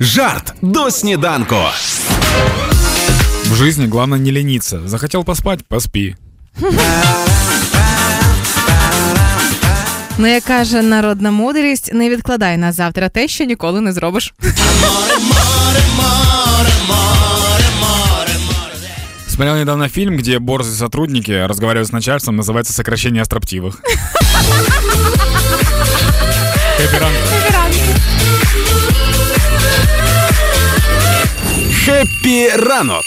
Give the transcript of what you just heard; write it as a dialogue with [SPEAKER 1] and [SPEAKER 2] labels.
[SPEAKER 1] Жарт до сніданку.
[SPEAKER 2] В жизни главное не лениться. Захотел поспать – поспи.
[SPEAKER 3] Ну, як каже народна мудрість, не відкладай на завтра те, що ніколи не зробиш.
[SPEAKER 2] Смотрел недавно фильм, где борзые сотрудники разговаривают с начальством, называется «Сокращение остроптивых». Хэппи-ран.
[SPEAKER 1] Хеппі ранок